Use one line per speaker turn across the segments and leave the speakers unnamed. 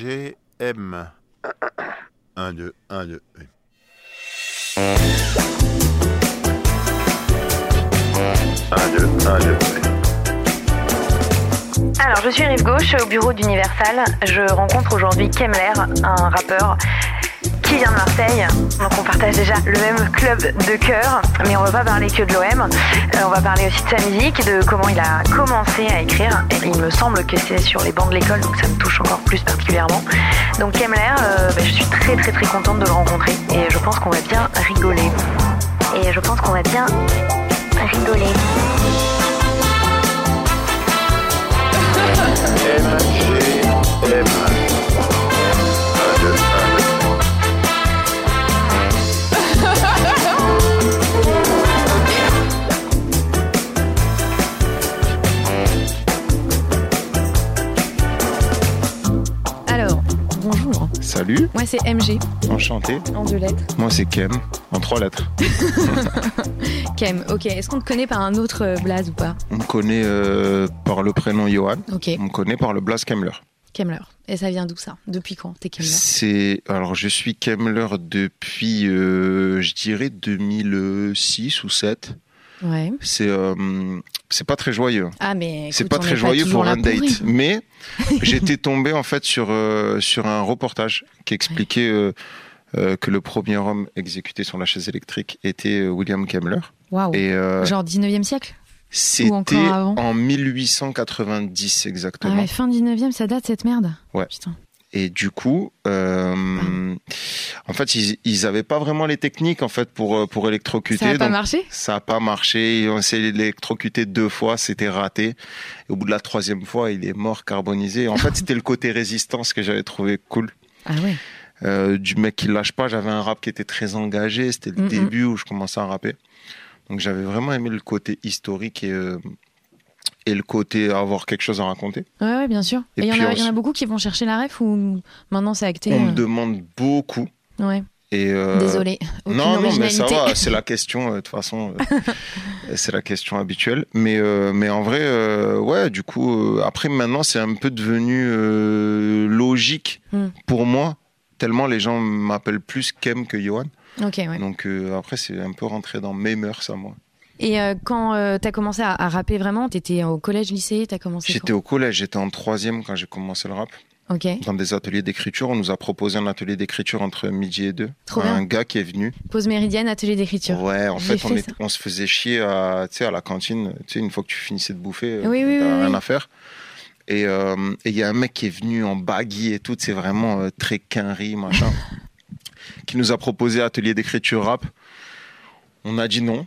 MGM. 1, 2, 1, 2.
Alors, je suis rive gauche au bureau d'Universal. Je rencontre aujourd'hui Kemler, un rappeur qui vient de Marseille. Donc, on partage déjà le même club de cœur, mais on va pas parler que de l'OM. Euh, on va parler aussi de sa musique, de comment il a commencé à écrire. Et il me semble que c'est sur les bancs de l'école, donc ça me touche encore plus particulièrement. Donc, Kemler, euh, bah, je suis très très très contente de le rencontrer et je pense qu'on va bien rigoler. Et je pense qu'on va bien rigoler.
MGM.
Alors, bonjour.
Salut,
Moi, c'est MG,
enchanté.
en deux lettres.
Moi c'est Kem, en trois lettres.
Kem, ok. Est-ce qu'on te connaît par un autre euh, blaze ou pas
On me connaît euh, par le prénom Johan,
Ok,
on me connaît par le Blas Kemler.
Kemler. Et ça vient d'où ça Depuis quand t'es Kemler
C'est alors je suis Kemler depuis euh, je dirais 2006 ou 7.
Ouais.
C'est euh, c'est pas très joyeux.
Ah, mais.
C'est
écoute,
pas
on
très
est
joyeux
toujours
pour
là
un date,
rire.
mais j'étais tombé en fait sur euh, sur un reportage qui expliquait euh, euh, que le premier homme exécuté sur la chaise électrique était euh, William Kemler
Waouh.
et euh,
Genre 19e siècle Ah Ou
C'était
encore avant
en 1890
Ah
exactement.
ouais, fin 19e, ça date cette merde
Ouais.
Putain.
Et du coup, euh,
Ah.
en fait, ils, ils avaient pas vraiment les techniques en fait pour euh, pour électrocuter.
ça a pas
donc
marché
ça a pas marché. Ils ont essayé d'électrocuter deux fois, c'était raté. Et au bout de la troisième fois, il est mort carbonisé. En fait, c'était le côté résistance que j'avais trouvé cool.
Ah ouais.
Euh, du mec qui lâche pas. J'avais un rap qui était très engagé. C'était le
Mm, mm.
début où je commençais à rapper. Donc j'avais vraiment aimé le côté historique et, euh, et le côté avoir quelque chose à raconter.
Ouais, ouais, bien sûr.
Et
Et il y, en
puis
a-
on
il y en a
s-
beaucoup qui vont chercher la ref ou maintenant c'est acté
On
euh,
me demande beaucoup.
Ouais,
Et euh,
désolé. Aucune
Non, non, mais ça
originalité.
va, c'est la question, euh, de toute façon, euh, c'est la question habituelle. Mais, euh, mais en vrai, euh, ouais, du coup, euh, après maintenant, c'est un peu devenu euh, logique
Hmm.
pour moi, tellement les gens m'appellent plus Kem que Johan.
Ok, ouais.
Donc euh, après, c'est un peu rentré dans mes mœurs à moi.
Et euh, quand euh, t'as commencé à, à rapper vraiment, t'étais au collège, lycée, t'as commencé
J'étais au collège, j'étais en troisième quand j'ai commencé le rap.
quand Ok.
Dans des ateliers d'écriture, on nous a proposé un atelier d'écriture entre midi et deux.
Trop
un
bien.
gars qui est venu.
Pause méridienne, atelier d'écriture.
Ouais, en
J'ai
fait, on,
fait
est-
ça.
on se faisait chier à, tu sais, à la cantine. Tu sais, une fois que tu finissais de bouffer, euh,
Oui, oui,
t'as
oui,
rien
oui.
à faire. Et euh, et il y a un mec qui est venu en baggy et tout, c'est vraiment euh, très quinri, machin, qui nous a proposé atelier d'écriture rap. On a dit non.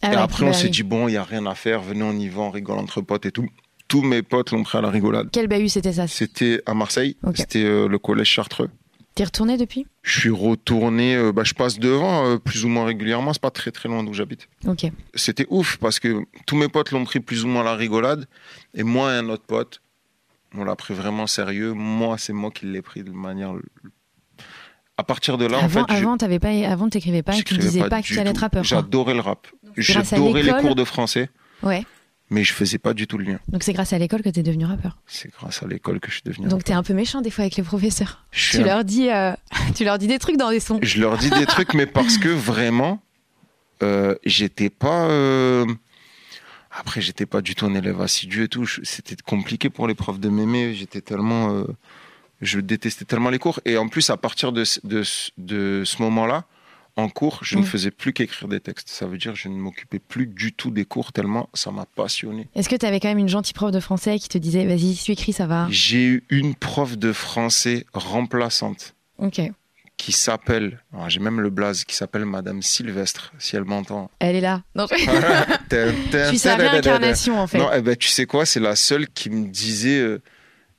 Ah
et
ouais,
après, on
bah
s'est
oui.
dit, bon, il n'y a rien à faire, venez, on y va, on rigole entre potes et tout. Tous mes potes l'ont pris à la rigolade.
Quel bahut c'était ça
C'était à Marseille,
Ok.
c'était euh, le collège Chartreux.
T'es retourné depuis
Je suis retourné, euh, bah, je passe devant euh, plus ou moins régulièrement, c'est pas très très loin d'où j'habite
Ok.
c'était ouf parce que tous mes potes l'ont pris plus ou moins à la rigolade et moi et un autre pote, on l'a pris vraiment sérieux. Moi, c'est moi qui l'ai pris de manière. À partir de là, en
avant,
fait, je-
avant, t'avais pas, avant, t'écrivais pas, et tu
j'écrivais
disais pas, que
du
tu allais
tout.
être rappeur. quoi.
J'adorais le rap.
grâce à
J'adorais les
l'école-
cours de français,
Ouais.
mais je faisais pas du tout le lien.
Donc c'est grâce à l'école que t'es devenu rappeur.
C'est grâce à l'école que je suis devenu.
Donc t'es un peu méchant des fois avec les professeurs.
Je suis
Tu
un-
leur dis, euh, tu leur dis des trucs dans les sons.
je leur dis des trucs, mais parce que vraiment, euh, j'étais pas. euh, Après, j'étais pas du tout un élève assidu et tout. Je- C'était compliqué pour les profs de m'aimer. J'étais tellement. euh, Je détestais tellement les cours. Et en plus, à partir de, ce- de, ce- de ce moment-là, en cours, je ne
Mm.
faisais plus qu'écrire des textes. Ça veut dire que je ne m'occupais plus du tout des cours tellement ça m'a passionné.
Est-ce que t'avais quand même une gentille prof de français qui te disait, vas-y, suis écrit, ça va.
J'ai eu une prof de français remplaçante
Ok.
qui s'appelle, alors j'ai même le blaze, qui s'appelle Madame Sylvestre, si elle m'entend.
Elle est là. Non, je je
Je
suis sa réincarnation en fait.
Non, eh ben, tu sais quoi, c'est la seule qui me disait euh,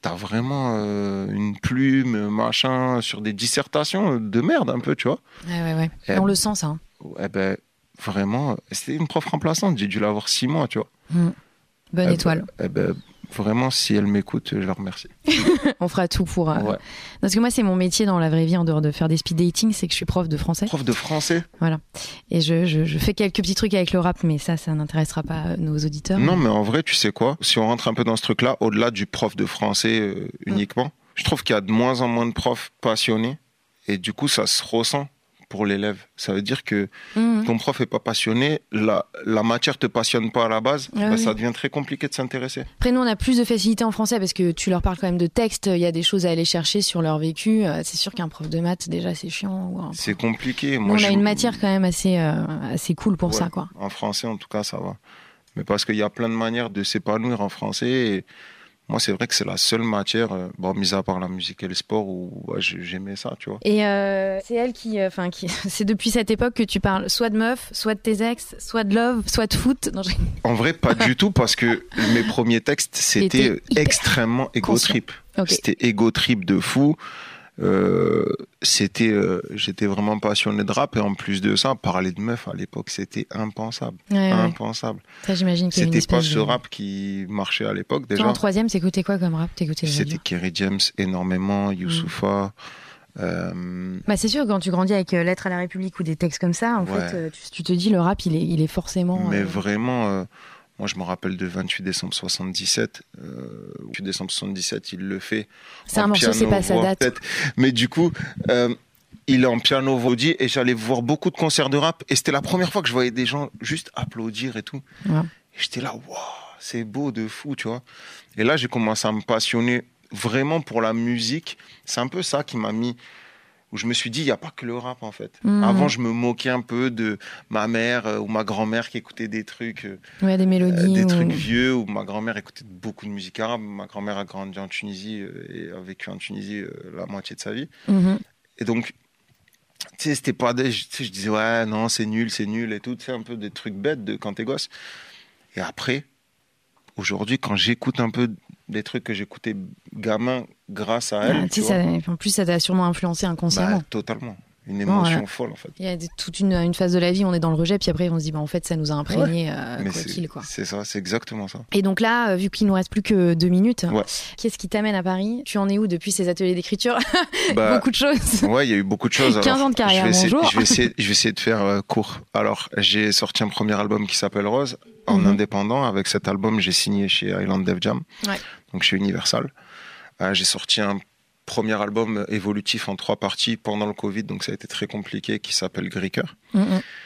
T'as vraiment euh, une plume, euh, machin, sur des dissertations euh, de merde, un peu, tu vois.
Ouais, ouais, ouais.
Eh,
On le sent ça. hein.
Eh ben, vraiment, euh, c'était une prof remplaçante, j'ai dû l'avoir six mois, tu vois.
Bonne
Eh ben,
étoile.
Eh ben, vraiment, si elle m'écoute, je la remercie.
On fera tout pour. euh,
bah, Ouais.
Parce que moi, c'est mon métier dans la vraie vie, en dehors de faire des speed dating, c'est que je suis prof de français.
Prof de français
Et je, je- je fais quelques petits trucs avec le rap, mais ça, ça n'intéressera pas euh, nos auditeurs.
Non, mais en vrai, tu sais quoi Si on rentre un peu dans ce truc-là, au-delà du prof de français euh, uniquement, je trouve qu'il y a de moins en moins de profs passionnés et du coup, ça se ressent pour l'élève. Ça veut dire que
Mhm.
ton prof est pas passionné, la, la matière te passionne pas à la base,
Ah
bah,
oui.
ça devient très compliqué de s'intéresser.
Après, nous, on a plus de facilité en français parce que tu leur parles quand même de texte. Il y a des choses à aller chercher sur leur vécu. Euh, C'est sûr qu'un prof de maths, déjà, c'est chiant. ou un-
C'est compliqué.
Nous,
Moi,
on a
je-
une matière quand même assez, euh, assez cool pour
Ouais.
ça, quoi.
En français, en tout cas, ça va. Mais parce qu'il y a plein de manières de s'épanouir en français. Et moi, c'est vrai que c'est la seule matière, euh, bon, mis à part la musique et le sport, où ouais, j'ai- j'aimais ça, tu vois.
Et euh, c'est elle qui, enfin, qui, c'est depuis cette époque que tu parles soit de meuf, soit de tes ex, soit de love, soit de foot. Non, je-
En vrai, pas du tout, parce que mes premiers textes,
T'étais
c'était
hyper
extrêmement égo
conscient.
trip.
Ok.
C'était égo trip de fou. Euh, c'était, euh, j'étais vraiment passionné de rap et en plus de ça, parler de meuf à l'époque, c'était impensable,
Ouais, Eh ouais.
impensable.
Ça, j'imagine que
C'était pas ce rap qui marchait à l'époque
Toi,
déjà.
en troisième, t'écoutais quoi comme rap T'écoutais le
C'était
radio
Kerry James
Mm.
énormément, Youssoufa. euh,
Bah, c'est sûr, quand tu grandis avec euh, Lettres à la République ou des textes comme ça, en
Ouais.
fait, euh, tu, tu te dis le rap, il est, il est forcément.
mais
euh,
vraiment, euh, moi je me rappelle de 28 décembre 77. Euh, 28 décembre 77, il le fait.
c'est
en
un morceau, c'est
piano
pas sa
voix,
date.
peut-être. Mais du coup, euh, il est en piano vaudi et j'allais voir beaucoup de concerts de rap et c'était la première fois que je voyais des gens juste applaudir et tout.
Ouais.
Et j'étais là, waouh, c'est beau de fou, tu vois. Et là, j'ai commencé à me passionner vraiment pour la musique. C'est un peu ça qui m'a mis où je me suis dit, il n'y a pas que le rap en fait.
Mhm.
Avant, je me moquais un peu de ma mère euh, ou ma grand-mère qui écoutait des trucs. euh,
Ouais, des
euh,
mélodies.
des
ou-
trucs vieux où ma grand-mère écoutait beaucoup de musique arabe. Ma grand-mère a grandi en Tunisie euh, et a vécu en Tunisie euh, la moitié de sa vie.
Mhm.
Et donc, tu sais, c'était pas des. tu sais, je disais, ouais, non, c'est nul, c'est nul et tout. Tu sais, un peu des trucs bêtes de quand t'es gosse. Et après, aujourd'hui, quand j'écoute un peu des trucs que j'écoutais gamin grâce à elle,
Ah,
tu
tu sais,
vois,
ça- en plus, ça t'a sûrement influencé
bah,
inconsciemment.
totalement. Une
Bon,
émotion
voilà.
folle, en fait.
Il y a des- toute une, une phase de la vie, on est dans le rejet, puis après, on se dit, bah, en fait, ça nous a imprégné euh,
Mais
quoi
c'est-
qu'il, quoi.
c'est ça, c'est exactement ça.
Et donc là, euh, vu qu'il nous reste plus que deux minutes,
Ouais.
qu'est-ce qui t'amène à Paris Tu en es où depuis ces ateliers d'écriture
Bah,
Beaucoup de choses.
Ouais, il y a eu beaucoup de choses.
15
Alors,
ans de carrière,
je vais essayer-
bonjour.
Je vais, essayer, je vais essayer de faire euh, court. Alors, j'ai sorti un premier album qui s'appelle Rose, en
Mhm.
indépendant. Avec cet album, j'ai signé chez Island Def Jam,
Ouais.
donc chez Universal. Euh, j'ai sorti un premier album évolutif en trois parties pendant le Covid, donc ça a été très compliqué, qui s'appelle Greeker.
Mm, mm.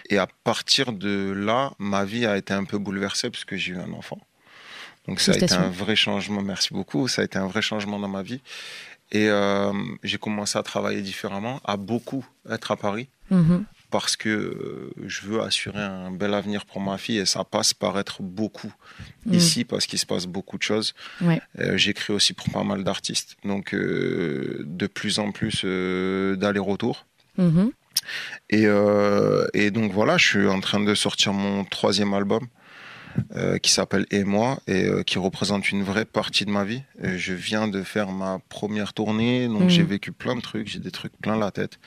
Et à partir de là, ma vie a été un peu bouleversée parce que j'ai eu un enfant. Donc ça a été
Félicitations.
un vrai changement, merci beaucoup, ça a été un vrai changement dans ma vie. Et euh, j'ai commencé à travailler différemment, à beaucoup être à Paris,
Mhm.
parce que euh, je veux assurer un bel avenir pour ma fille et ça passe par être beaucoup
Mm.
ici, parce qu'il se passe beaucoup de choses.
Ouais.
Euh, J'écris aussi pour pas mal d'artistes, donc euh, de plus en plus euh, d'aller-retour.
Mhm.
Et, euh, et donc voilà, je suis en train de sortir mon troisième album euh, qui s'appelle Et moi et euh, qui représente une vraie partie de ma vie. Euh, je viens de faire ma première tournée, donc
Mhm.
j'ai vécu plein de trucs, j'ai des trucs plein la tête.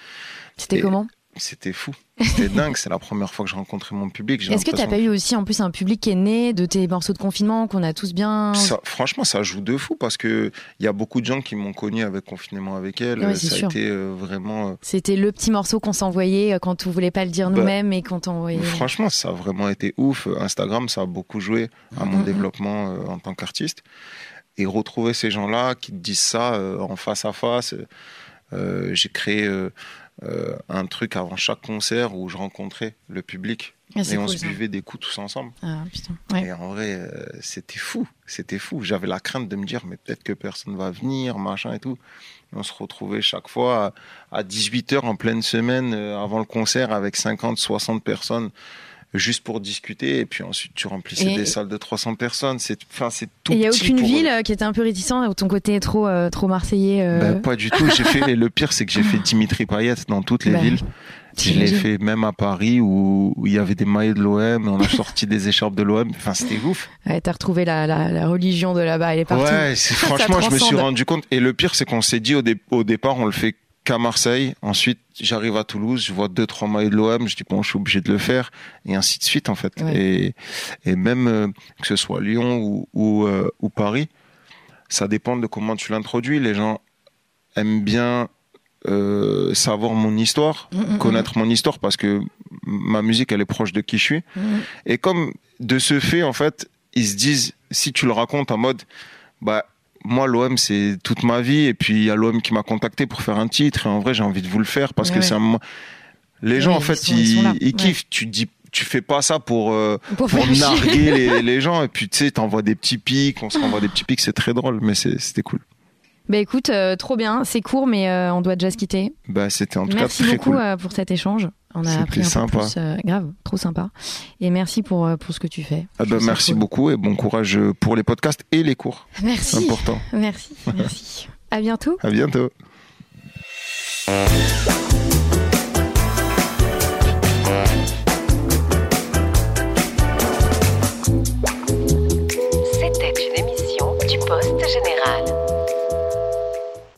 C'était
Et-
comment
C'était fou, c'était dingue, c'est la première fois que je rencontrais mon public. j'ai
Est-ce que t'as
l'impression
pas eu aussi en plus un public qui est né de tes morceaux de confinement qu'on a tous bien
Ça- franchement, ça joue de fou parce que il y a beaucoup de gens qui m'ont connu avec confinement avec elle.
Ouais, c'est
ça
sûr.
a été euh, vraiment. euh,
C'était le petit morceau qu'on s'envoyait euh, quand on voulait pas le dire
Bah,
nous-mêmes et quand on envoyait.
Franchement, ça a vraiment été ouf. Instagram, ça a beaucoup joué à mon
Mhm.
développement euh, en tant qu'artiste. Et retrouver ces gens-là qui te disent ça euh, en face à face. Euh, J'ai créé euh, euh, un truc avant chaque concert où je rencontrais le public
Ah,
et
c'est
on
cool,
se
ça.
buvait des coups tous ensemble.
Ah, putain. Ouais.
Et en vrai, euh, c'était fou, c'était fou. J'avais la crainte de me dire, mais peut-être que personne va venir, machin et tout. Et on se retrouvait chaque fois à, 18h en pleine semaine euh, avant le concert avec 50, 60 personnes juste pour discuter. Et puis ensuite, tu remplissais
Et-
des salles de 300 personnes. C'est, enfin, c'est
Et
tout
il y a
petit
aucune
pour-
ville euh, qui était un peu réticente, ou ton côté est trop, euh, trop marseillais. euh,
Ben, pas du tout. J'ai fait, le pire, c'est que j'ai fait Dimitri Payet dans toutes les
Ben,
villes. Je l'ai
t'imagines
fait même à Paris où où il y avait des maillots de l'OM. On a sorti des écharpes de l'OM. Enfin, c'était ouf.
Ouais, t'as retrouvé la, la, la religion de là-bas, elle est partout.
Ouais, c'est- franchement, je me suis
transcende.
rendu compte. Et le pire, c'est qu'on s'est dit au, dé- au départ, on le fait qu'à Marseille. Ensuite, j'arrive à Toulouse, je vois deux, trois maillots de l'OM, je dis, bon, je suis obligé de le faire. Et ainsi de suite, en fait.
Ouais.
Et, et même euh, que ce soit Lyon ou, ou, euh, ou Paris, ça dépend de comment tu l'introduis. Les gens aiment bien euh, savoir mon histoire,
Mm, mm,
connaître mon histoire, parce que ma musique, elle est proche de qui je suis.
mm, mm.
Et comme de ce fait, en fait, ils se disent, si tu le racontes en mode, bah, moi, l'OM, c'est toute ma vie. Et puis, il y a l'OM qui m'a contacté pour faire un titre. Et en vrai, j'ai envie de vous le faire parce
Ouais.
que c'est un moment- Les
Ouais,
gens, en
ils
fait,
sont- ils
ils,
sont là.
ils
Ouais.
kiffent. Tu dis, tu fais pas ça pour, euh,
Pour
pour
faire chier.
narguer les, les gens. Et puis, tu sais, t'envoies des petits pics. On se renvoie des petits pics. C'est très drôle, mais c'est- c'était cool.
Bah écoute, euh, trop bien, c'est court, mais euh, on doit déjà se quitter.
Bah, c'était en tout
merci
cas très
beaucoup
cool.
euh, pour cet échange. On a
C'était
appris un peu
sympa.
plus. euh, grave, trop sympa. Et merci pour, euh, pour ce que tu fais.
Ah
Je
bah,
trouve ça
merci
cool.
beaucoup et bon courage pour les podcasts et les cours.
Merci,
Important.
merci, merci. À bientôt.
À bientôt.